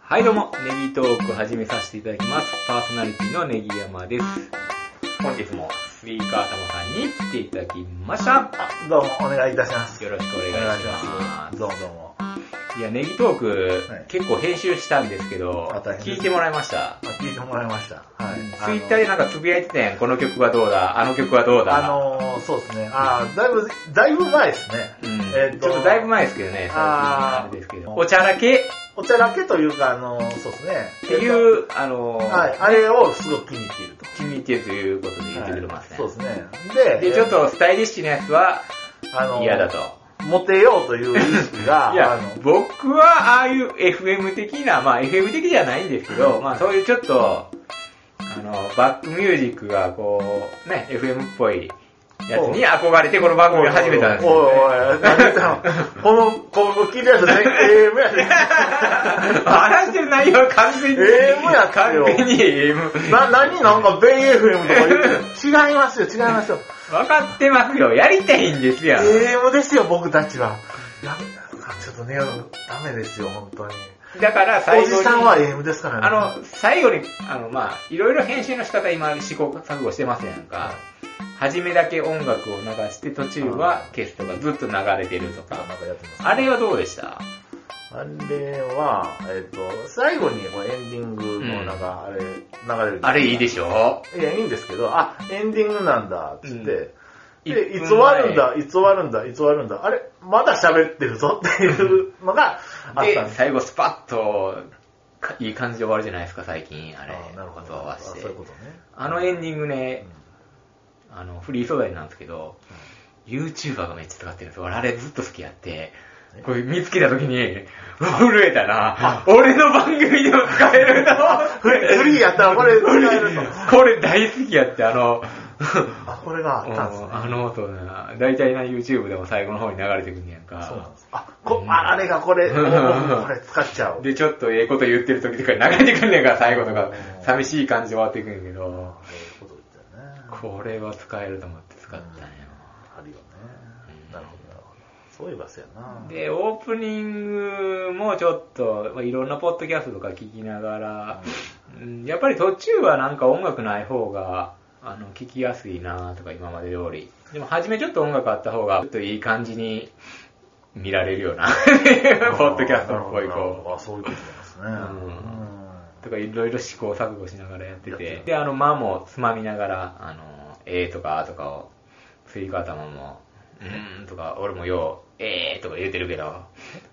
はいどうも、ネギトーク始めさせていただきます。パーソナリティのネギ山です。本日もスピーカーたまさんに来ていただきました。あどうも、お願いいたします。よろしくお願いします。どうもどうも。あ、いや、ネギトーク、はい結構編集したんですけどあ大、変です聞いてもらいました。聞いてもらいました。はい。ツイッターでなんかつぶやいてたやん。この曲はどうだ、あの曲はどうだ。あの、あのーそうですね。あーだいぶ、だいぶ前ですね。うんえっちとょっとだいぶ前ですけどね、最近あーあれですけど。お茶だけお茶だけというか、あのーそうですね。っていう、あの、はい。あれをすごく気に入っていると。気に入ってるということで言ってくれますね。はいそうですね。で、で、ちょっとスタイリッシュなやつはあのー嫌だと。モテようという意識が、いやあの、、僕はああいう FM 的な、まあ FM 的じゃないんですけど、まあそういうちょっと、あの、バックミュージックがこう、ね、FM っぽいやつに憧れてこの番組を始めたんですおいおいよ、おね。い、何言ってんのこの、ここ聞いたやつ、AM やで。 話してる内容は完全に、 AM やった完よ全に AM。な、何なんか、ベイ FM とか言ってる。違いますよ、違いますよ。わかってますよ。やりたいんですよ。 AM ですよ、僕たちは。やめな、ちょっとね、ダメですよ、本当に。だからお最じ後に。さんは AM ですからね。あの、最後に、あの、まあ、いろいろ編集の仕方今試行錯誤してますやんか。初めだけ音楽を流して途中はケストがずっと流れてるとか。なんかやってます。あれはどうでしたあれは、えっ、と、最後にこうエンディングのなんか、あれ、流れる。あれいいでししょょいや、いいんですけど、あ、エンディングなんだ、っつって。うで、い一つ分前終わるんだ、いつ終わるんだ、いつ終わるんだ、あれ、まだ喋ってるぞっていうのがあったんで、です。最後スパッと、かいい感じで終わるじゃないですか、最近。あれ。あなるほど。言葉あしそうていうことね。あのエンディングね、うんあの、フリー素材なんですけど、YouTuber がめっちゃ使ってるんですよ。俺あれずっと好きやってえ、これ見つけた時に、うわ震えたな。俺の番組でも使 えるな。フリフリーやったらこれ使えると。これ大好きやって、あの、あ、これがあったんですね。あの音な、大体な YouTube でも最後の方に流れてくんねやんそうなんかで。す。あ、こ、ああれがこ れ、うんおこれ使っちゃおう。で、ちょっとええこと言ってる時とかに流れてくんねんから、最後とかう、ん寂しい感じで終わっていくんやけど、そういうこと言ったよね。これは使えると思って使ったんや。あるよね。なるほど、なるほど。そういえばそうやな。で、 オープニングもちょっと、まあ、いろんなポッドキャストとか聞きながら、うん、やっぱり途中はなんか音楽ない方が、あの、聞きやすいなとか今まで通り。でも、初めちょっと音楽あった方が、ちょっといい感じに見られるよ うな、ポッドキャストのっぽいなるほどなるほこどあ、そういうことなんですね。んうんう、とかいろいろ試行錯誤しながらやってやっててる、で、あの、間もつまみながら、あの、えーとかあーとかを、スイカ頭も、うーんとか、俺もよう、えーとか言うてるけど、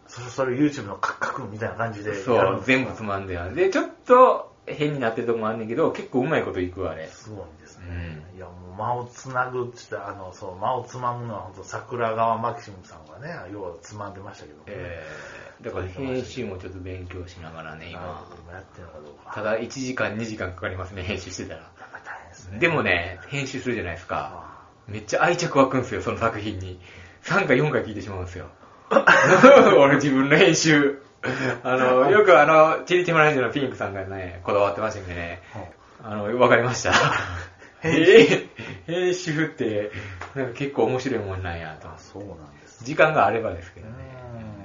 それ、それ YouTube のカクカクみたいな感じでやるんですそか。う、全部つまんでやる。で、ちょっと変になってるとこもあんねんけど、結構うまいこといくわ、あれ。すごいですね。いや、もう間をつなぐって言ったら、あの、そう、間をつまむのは本当桜川マキシムさんがね、要はつまんでましたけどね。えー、だから編集もちょっと勉強しながらね、なる今ほ。ど今やってるのかどうか。ただ1時間2時間かかりますね、編集してたら。やっぱ大変ですね。でもね、編集するじゃないですか。あめっちゃ愛着湧くんですよ、その作品に。3回4回聞いてしまう んですよ。俺自分の編集。あの、よくあの、チリティマラジオのピンクさんがね、こだわってましたんでね。ーはいあの、わかりました。 編えー編集って、なんか結構面白いもんなんやと。あそうなんですね。時間があればですけどね。うん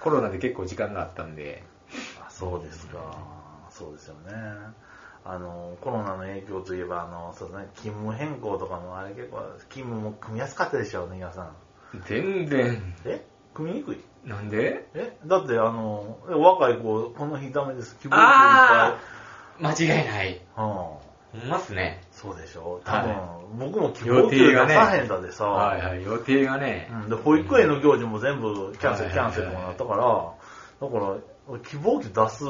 コロナで結構時間があったんで。あそうですか。そうですよね。あの、コロナの影響といえば、あの、そうですね、勤務変更とかも、あれ結構、勤務も組みやすかったでしょうね、皆さん。全然。え組みにくいなんでえだって、あの、若い子、この日ダメです。希望あー間違いない。いっぱい。うん。ほんまっすね。そうでしょ多分、は僕も希予望定給が出ねさへんだでさ、はいはい、予定がね。うん、で保育園の行事も全部キャンセル、はいキャンセルとかなったから、だから、希望期出す、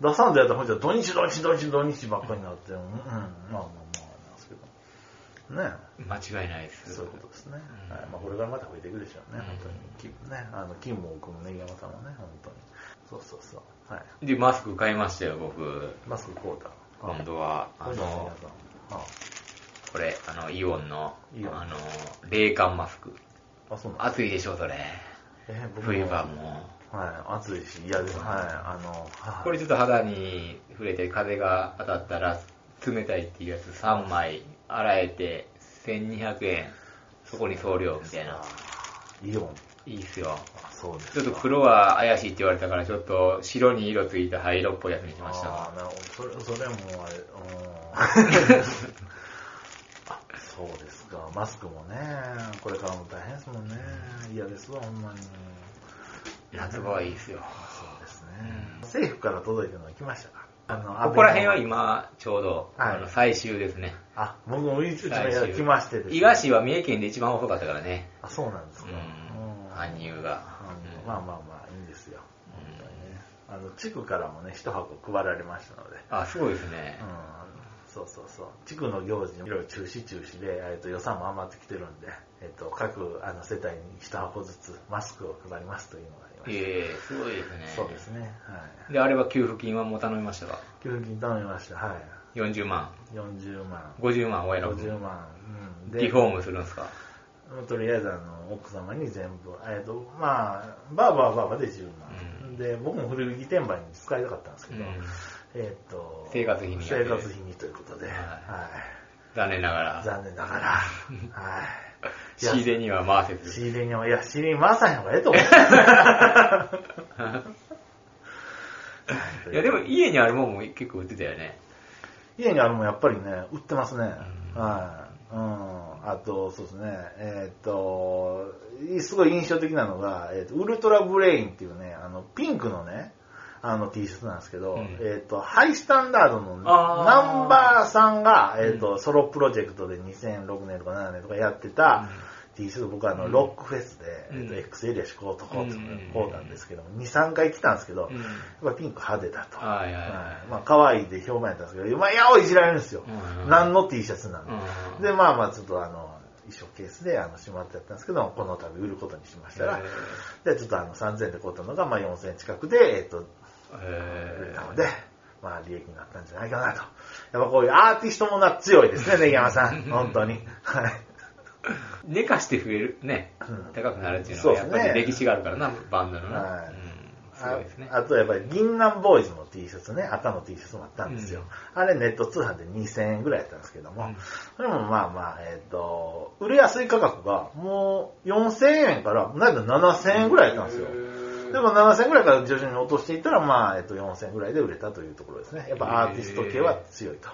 出さんとやったら、ほんじゃ土日、土日、土日、土日ばっかりになって、うん、うん、まあまあまあ、なんですけど。ね間違いないです。そういうことですね。うんはいまあ、これからまた増えていくでしょうね、うん本当に。きね、あの、金も奥もね、山さんもね、本当に。そうそうそう。はい。で、マスク買いましたよ、僕。マスクこうだ。今度は、ああの、の皆、さんあこれ、あの、イオンの、イオンあの、冷感マスク。あ、そうなん暑いでしょ、それ。えー、僕も冬場も。はい、暑いし、嫌です。はい、あの、はいこれちょっと肌に触れて風が当たったら冷たいっていうやつ3枚洗えて1200円そこに送料みたいなイオン。いいっすよ。そうですちょっとっ黒は怪しいって言われたから、ちょっと白に色ついた灰色っぽいやつにしました。ああ、なるほど。それ、それはもうあれ、うん。あそうですか。 マスクもね、これからも大変ですもんね。嫌ですわ、ほんまに。夏場はいいっすよ。そうですね。政府から届いたのが来ましたかあのここら辺は今、ちょうど、はいあの最終ですね。あ、僕もいつも最終来ましてですね伊賀市は三重県で一番遅かったからね。あ、そうなんですうか。んうん。搬入が。うんまあまあまあ、いいんですよ。本当にね。あの、地区からもね、一箱配られましたので。あ、すごいですねう。ん。そうそうそう。地区の行事もいろいろ中止中止で、えっと、予算も余ってきてるんで、えっと、各あの世帯に一箱ずつマスクを配りますというのがありましええすごいですねた。。そうですね。はい。で、あれは給付金はもう頼みましたか給付金頼みました。はい。 40万、 40万、 50万親の50万。うん。リフォームするんですかもうとりあえずあの奥様に全部、えっとまあ、バーバーバーバーで10万、うんで僕も古着転売に使いたかったんですけど、うんえっと生活費に生活費にということで、ははいい残念ながら。残念なが ら、はい、いや仕入れには回せず。仕入れにはいや仕入れに回さへん方がええと思 う いや、でも家にあるもんも結構売ってたよね。家にあるもんやっぱりね売ってますね、はい、うん、あとそうですねえーっといすごい印象的なのが、えーっとウルトラブレインっていうねあのピンクのねあの T シャツなんですけど、うんえーっとハイスタンダードのあーナンバーさんが、えーっとソロプロジェクトで2006年とか7年とかやってた、T シャツ僕はあの、うんロックフェスで、えーっとうん X エリアしこうとこうとうんこうなんですけども、2、3回来たんですけど、うんやっぱピンク派手だと。はいはいははいまあ、可愛いで評判やったんですけど、まあ、やおいじられるんですよ。うん何の T シャツなんで。い。で、まあまあ、ちょっとあの、衣装ケースで、あの、しまってやったんですけど、この度売ることにしましたらへ、で、ちょっとあの、3000円で買ったのが、まあ、4000円近くで、えっと、売れえたので、まあ、利益になったんじゃないかなと。やっぱこういうアーティストもな強いですね、根山 さん。本当に。はい。寝かして増える、ねうん、高くなるっていうのは、やっぱそうですりね歴史があるからな、バンドのな。はいうんすあごいですね。あとやっぱり銀杏ボーイズの T シャツね、赤の T シャツもあったんですよ。あれネット通販で2000円ぐらいやったんですけども、うんそれもまあまあ、えっ、と、売れやすい価格がもう4000円から、なんだ7000円ぐらいやったんですよ。でも7000円ぐらいから徐々に落としていったら、まあ、えっ、と4000円ぐらいで売れたというところですね。やっぱアーティスト系は強いと。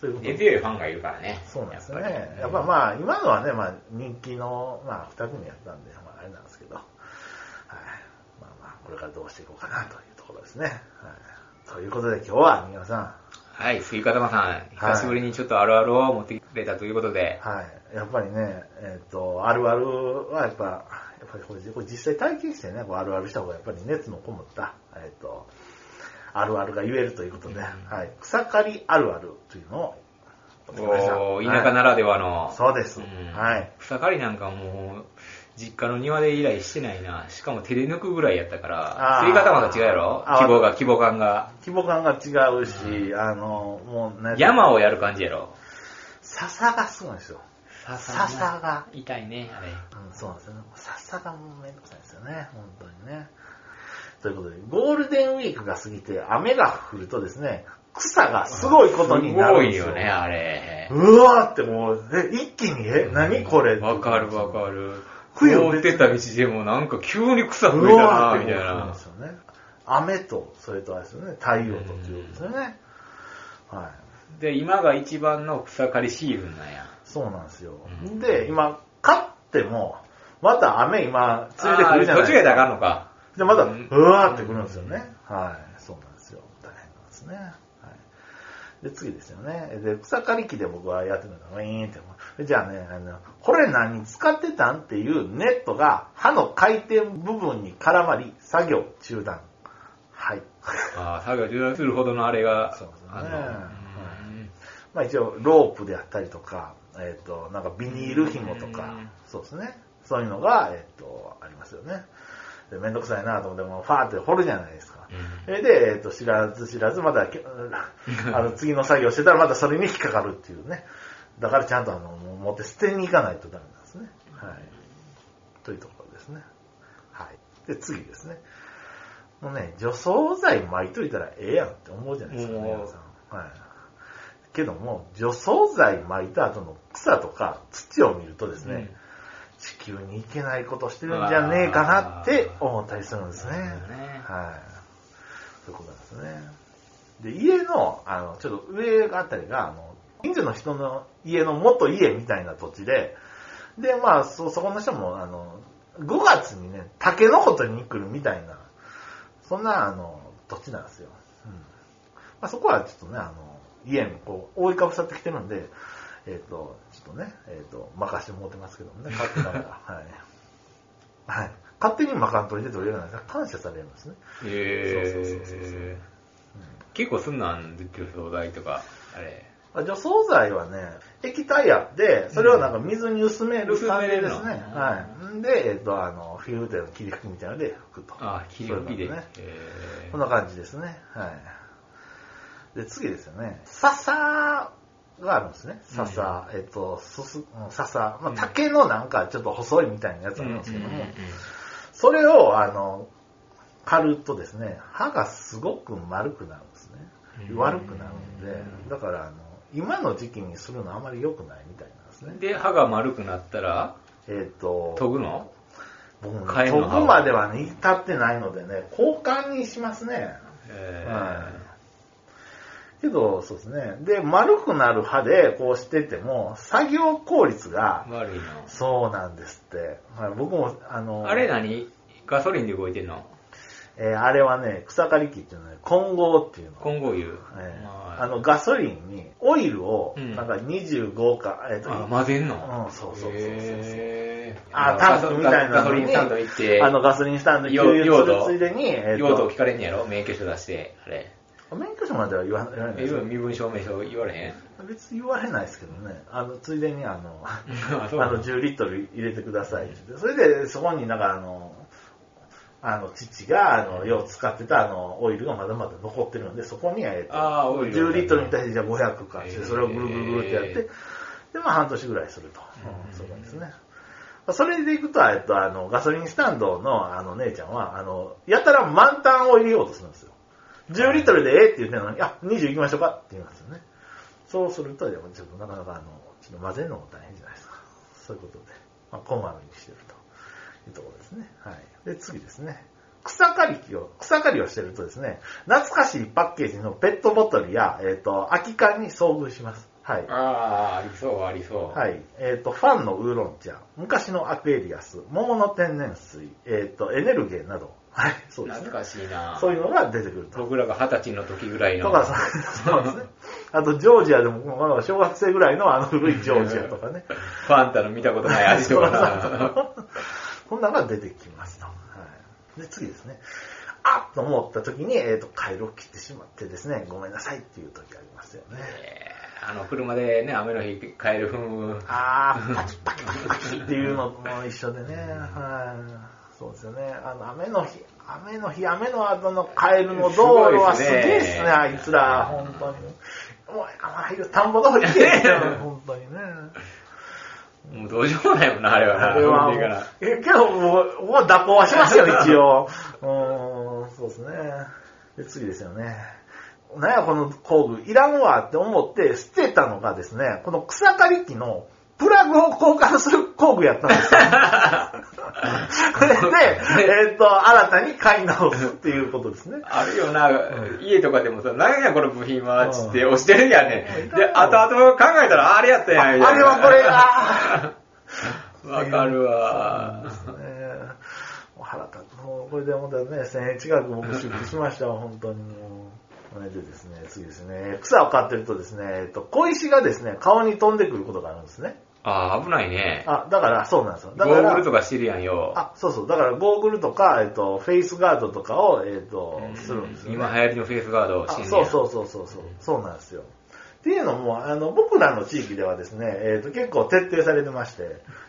ということ根で強いファンがいるからね。そうなんですね。やっやっぱまあ、今のはね、まあ、人気の、まあ、二組やったんで、まあ、あれなんですけど、はい。まあまあ、これからどうしていこうかなというところですね。はい。ということで、今日は、皆さん、はい、スイカ玉さん、久しぶりにちょっとあるあるを持ってきてくれたということで、はい。やっぱりね、えっ、と、あるあるは、やっぱ、やっぱりこれ、これ実際体験してね、こうあるあるした方が、やっぱり熱のこもった、えっ、と、あるあるが言えるということで、はい。草刈りあるあるというのを、持ってきましたおー田舎ならではの、はいそうです。うんはい。草刈りなんかもう、実家の庭で以来してないな。しかも手で抜くぐらいやったから、あー吸い方また違うやろあー希望が、希望感が。規模感が違うし、あの、もうね、山をやる感じやろ笹がすごいんですよ。笹が笹が痛いね、あれ。うん、そうなんですよね。笹がもうめんどくさいんですよね、本当にね。ということで、ゴールデンウィークが過ぎて雨が降るとですね、草がすごいことになるんですよ。すごいよね、あれ。うわーってもう、え、一気に、え、何これわかるわかる。冬凍ってた道でもなんか急に草う増えたわな、ーっみてたもういそうなんなです。よね。雨と、それとあれですよね、太陽とっていうことですよね。はい。で、今が一番の草刈りシーズンなんや。そうなんですよう。んで、今、勝っても、また雨今、ついてくるじゃあなーい途中でやったすらか。あかんのか。で、また、うんうわーってくるんですよね。はい。そうなんですよ。大変なんですね。はい。で、次ですよね。で、草刈り機で僕はやってるのが、ウィーンって。でじゃあね、あの、これ何使ってたんっていうネットが刃の回転部分に絡まり、作業中断。はい。ああ、作業中断するほどのあれが、そうですねあの、うんまあ一応ロープであったりとか、えっ、と、なんかビニール紐とかうん、そうですね。そういうのが、えっ、と、ありますよね。で、めんどくさいなと思って、もうファーって掘るじゃないですか。それで、えっ、と、知らず知らず、まだ、きあの、次の作業してたら、またそれに引っかかるっていうね。だからちゃんと、あの、もう持って捨てに行かないとダメなんですね。はい。というところですね。はい。で、次ですね。もうね、除草剤巻いといたらええやんって思うじゃないですかね、うん皆さん。はい。けども、除草剤巻いた後の草とか土を見るとですね、地球に行けないことしてるんじゃねえかなって思ったりするんですね。なるほどねはい。そういうことなんですね。で、家の、あの、ちょっと上あたりが、あの、近所の人の家の元家みたいな土地で、で、まあ、そ、そこの人も、あの、5月にね、竹のことに来るみたいな、そんな、あの、土地なんですよ。うん。まあ、そこはちょっとね、あの、家にこう、覆いかぶさってきてるんで、えっ、と、ちょっとね、えっ、と、任してもうてますけどもね、勝手ながら。はい。はい。勝手に任んといてと言えないですね感謝されるんですね。えそうそうそうそうーうん結構すんなんで、除草剤とか、あれ。まあ除草剤はね、液体あって、それをなんか水に薄める感じですね。薄めるのはい。んで、えっ、と、あの、フィルテの切り拭きみたいなので拭くと。あ、切り抜きそういで。うのね。えこんーな感じですね。はい。で、次ですよね。笹があるんですね。笹。えっと、すす、うん笹。まあ、うん竹のなんかちょっと細いみたいなやつがあるんですけどうんうんもうんうん、それを、あの、刈るとですね、歯がすごく丸くなるんですうね。ん悪くなるんで、だから、あの、今の時期にするのはあまり良くないみたいなんですね。で、歯が丸くなったら、えっと、研ぐの僕も替えね、のそ刃をこまではね、至ってないのでね、交換にしますね。えはいけど、そうですね。で、丸くなる刃でこうしてても、作業効率がー、悪いな。そうなんですって。はい、僕も、あの、あれ何ガソリンで動いてんのえーあれはね、草刈り機っていうのはね、混合っていうの。混合油。えーまあの、ガソリンにオイルを、うんなんか25か、えっ、と、あ混ぜんのうんそうそうそうそうそうへーあタンクみたいなガソのリにンスタンド行って、あの、ガソリンスタンドに給用油する用途ついでに、えー用途を聞かれんねやろ免許証出して、あれ。免許証までは言わ言われないえですよ身分証明書言われへん別に言われないですけどね。あの、ついでに、あの、ああの10リットル入れてくださいって言ってそれでそこになんかあのあの父があのよう使ってたあのオイルがまだまだ残ってるんでそこにえっとあーオイル10リットルに対してじゃあ500かってえーそれをぐるぐるぐるってやってでまあ半年ぐらいすると、うんうんそうなんですねそれでいくと、えっと、あの、ガソリンスタンドの、あの、姉ちゃんは、あの、やたら満タンを入れようとするんですよ。10リットルでええって言ってるのに、あ、20行きましょうかって言いますよね。そうすると、でもちょっとなかなかあの、ちょっと混ぜるのも大変じゃないですか。そういうことで、まあ、こまめにしてるというところですね。はい。で、次ですね。草刈り機を、草刈りをしてるとですね、懐かしいパッケージのペットボトルや、えっ、と、空き缶に遭遇します。はい。あー、ありそう、ありそう。はい。えっ、と、ファンのウーロン茶、昔のアクエリアス、桃の天然水、えっ、と、エネルゲーなど、はい、そうですね懐。かしいなそういうのが出てくると。僕らが二十歳の時ぐらいの。とか、そうですね。あと、ジョージアでも、まあ小学生ぐらいのあの古いジョージアとかね。ファンタの見たことない味とかな。こんなのが出てきますと。はい、で、次ですね。あっと思った時に、えっ、と、回路を切ってしまってですね、ごめんなさいっていう時ありますよね。 えーあの、車でね、雨の日帰る風あー、パキパキパキパキっていうのも一緒でね。はい。そうですよね。あの、雨の日、雨の日、雨の後のカエルの道路はすすげごいですえっねすね、あいつら。本当に。もう、甘いよ、田んぼの方行け よ、本当にね。もうどうしようもないもんな、あれはな。あれはも運転からう、えけどもう、もう蛇行はしますよ、一 応。うーん、そうですね。で、次ですよね。なんや、この工具、いらんわって思って捨てたのがですね、この草刈り機のプラグを交換する工具やったんです よ。それで、えっ、と、新たに買い直すっていうことですね。あるよな、家とかでもさ、何やこの部品は、うんつって押してるやんね。うんで、後々考えたら、あれやったやん、あれみたいなはこれ。だわかるわ。そうなんですね。もう腹立つ。もうこれでもうだね、1000円近く僕出費しましたわ、本当にもう。それでですね、次ですね、草を刈ってるとですね、えっと、小石がですね、顔に飛んでくることがあるんですね。あー危ないね。あ、だから、そうなんですよ。ゴだかーグルとら、かしてるやんよ。あ、そうそう、だからゴーグルとか、えっと、フェイスガードとかを、えっと、するんですよ、ね。今流行りのフェイスガードをしてあんね。そうそううそうそうそう、そうなんですよ。っていうのも、あの、僕らの地域ではですね、えっ、と、結構徹底されてまして、っ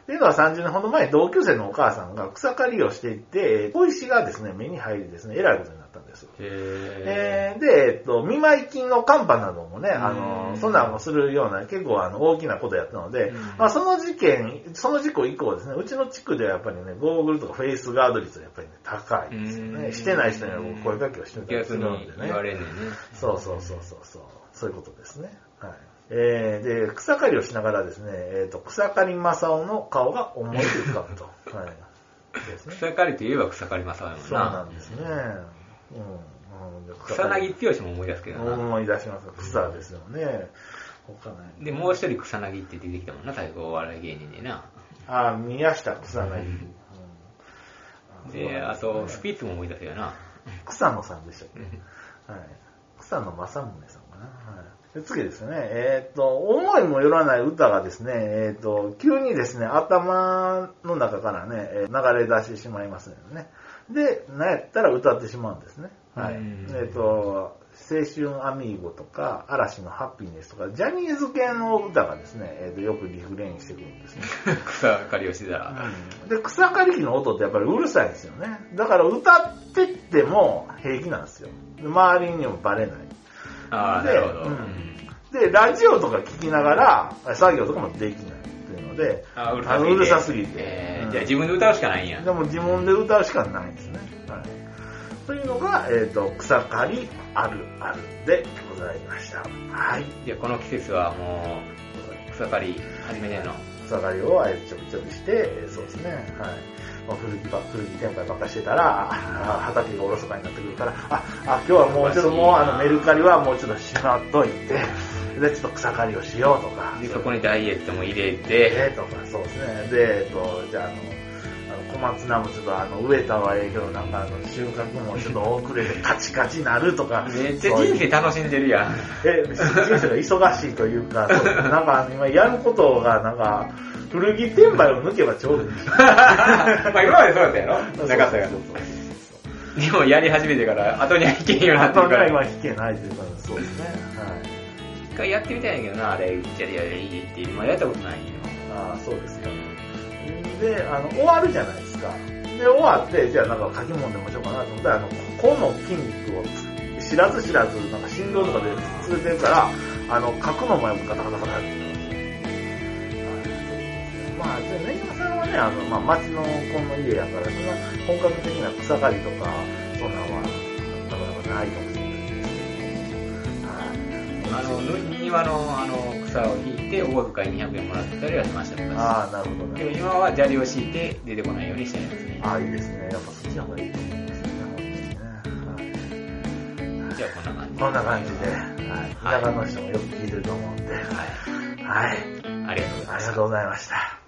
ていうのは30年ほど前、同級生のお母さんが草刈りをしていて、えー小石がですね、目に入りですね、えらいことになったんですよ。へえーで、えっと、見舞い金のカンパなどもね、あうの、んそんなんもするような、結構あの、大きなことやったのでうん、まあ、その事件、その事故以降ですね、うちの地区ではやっぱりね、ゴーグルとかフェイスガード率がやっぱりね、高いですようね。んしてない人には僕声かけをしてー。たりす逆るんにでね。言われんねんね。そうそうそうそうそう。そういうことですね。はい。えーで、草刈りをしながらですね、えっ、と、草刈り正雄の顔が思い浮かぶと。 はい。ですね。草刈りといえば草刈り正雄やもんな。そうなんですね。うん。うん、草薙剛も思い出すけどな。思い出します。草ですよね。他ない。で、もう一人草薙って出てきたもんな、最後お笑い芸人でな。あ、宮下草薙。うんで、あと、スピッツも思い出す よな。草野さんでしたっけ、はい、草野正宗さんかな、はい、で次ですね、えっと思いもよらない歌がですね、えっと急にですね頭の中からねえー流れ出してしまいますよねでなんやったら歌ってしまうんですね、はいうんえっと青春アミーゴとか嵐のハッピーネスとかジャニーズ系の歌がですね、えっとよくリフレインしてくるんですね草刈りをしてたら。で草刈り機の音ってやっぱりうるさいんですよねだから歌ってっても平気なんですよで周りにもバレないああ、なでるほど。ううんんでラジオとか聞きながら作業とかもできないっていうのでああのうるさすぎてえうーんじゃあ自分で歌うしかないんや。でも自分で歌うしかないですね、はい、というのが、えっと草刈りあるあるでございましたはいじゃあこの季節はもう、草刈り始めてんの。草刈りをあえてちょびちょびして、えーそうですね、はい。まあ、古着ば、古着転売ばっかりしてたら、ああ畑がおろそかになってくるから、あ、あ、今日はもうちょっともう、あの、メルカリはもうちょっとしまっといて、で、ちょっと草刈りをしようとか、で、そこにダイエットも入れて、えーとか、そうですね。で、えっと、じゃあ、あの、あの小松菜もちょっとあの植えたはええけどなんかあの収穫もちょっと遅れてカチカチなるとか めっちゃ人生楽しんでるやん。え、人生が忙しいというか、そうなんか今やることが、なんか、古着転売を抜けばちょうどいい。 まあ今までそうだったやろなかったそうやろ。そうそうでもやり始めてから後にはいけんようになってそう。あるかか。ら今弾けないというか、そうですね。はい。一回やってみたいんやけどな、あれ、いっちゃりやりゃいいって、今やったことないよ。ああ、そうですか。で、あの、終わるじゃないですか。で、終わって、じゃあなんか書き物でもしようかなと思ったら、あの、ここの筋肉を知らず知らず、なんか振動とかで連れてるから、あの、書くのもやっぱガタガタガタってなりますね。まあ、じゃあ、ねぎまさんはね、あの、まあ、町のこの家やから、そんな本格的な草刈りとか、そんなんは、なかなかないかもしれないですけど。はいあの、庭のあの草を引いて、お小遣い200円もらったりはしましたけどああ、なるほどねで。も今は砂利を敷いて出てこないようにしていますね。ああ、いいですね。やっぱそっちの方がいいと思いますね。じゃあこんな感じ。こんな感じで、はい、田舎の人もよく聞いてると思うんで、はい、はい。ありがとうございあまりしがたと。うございました。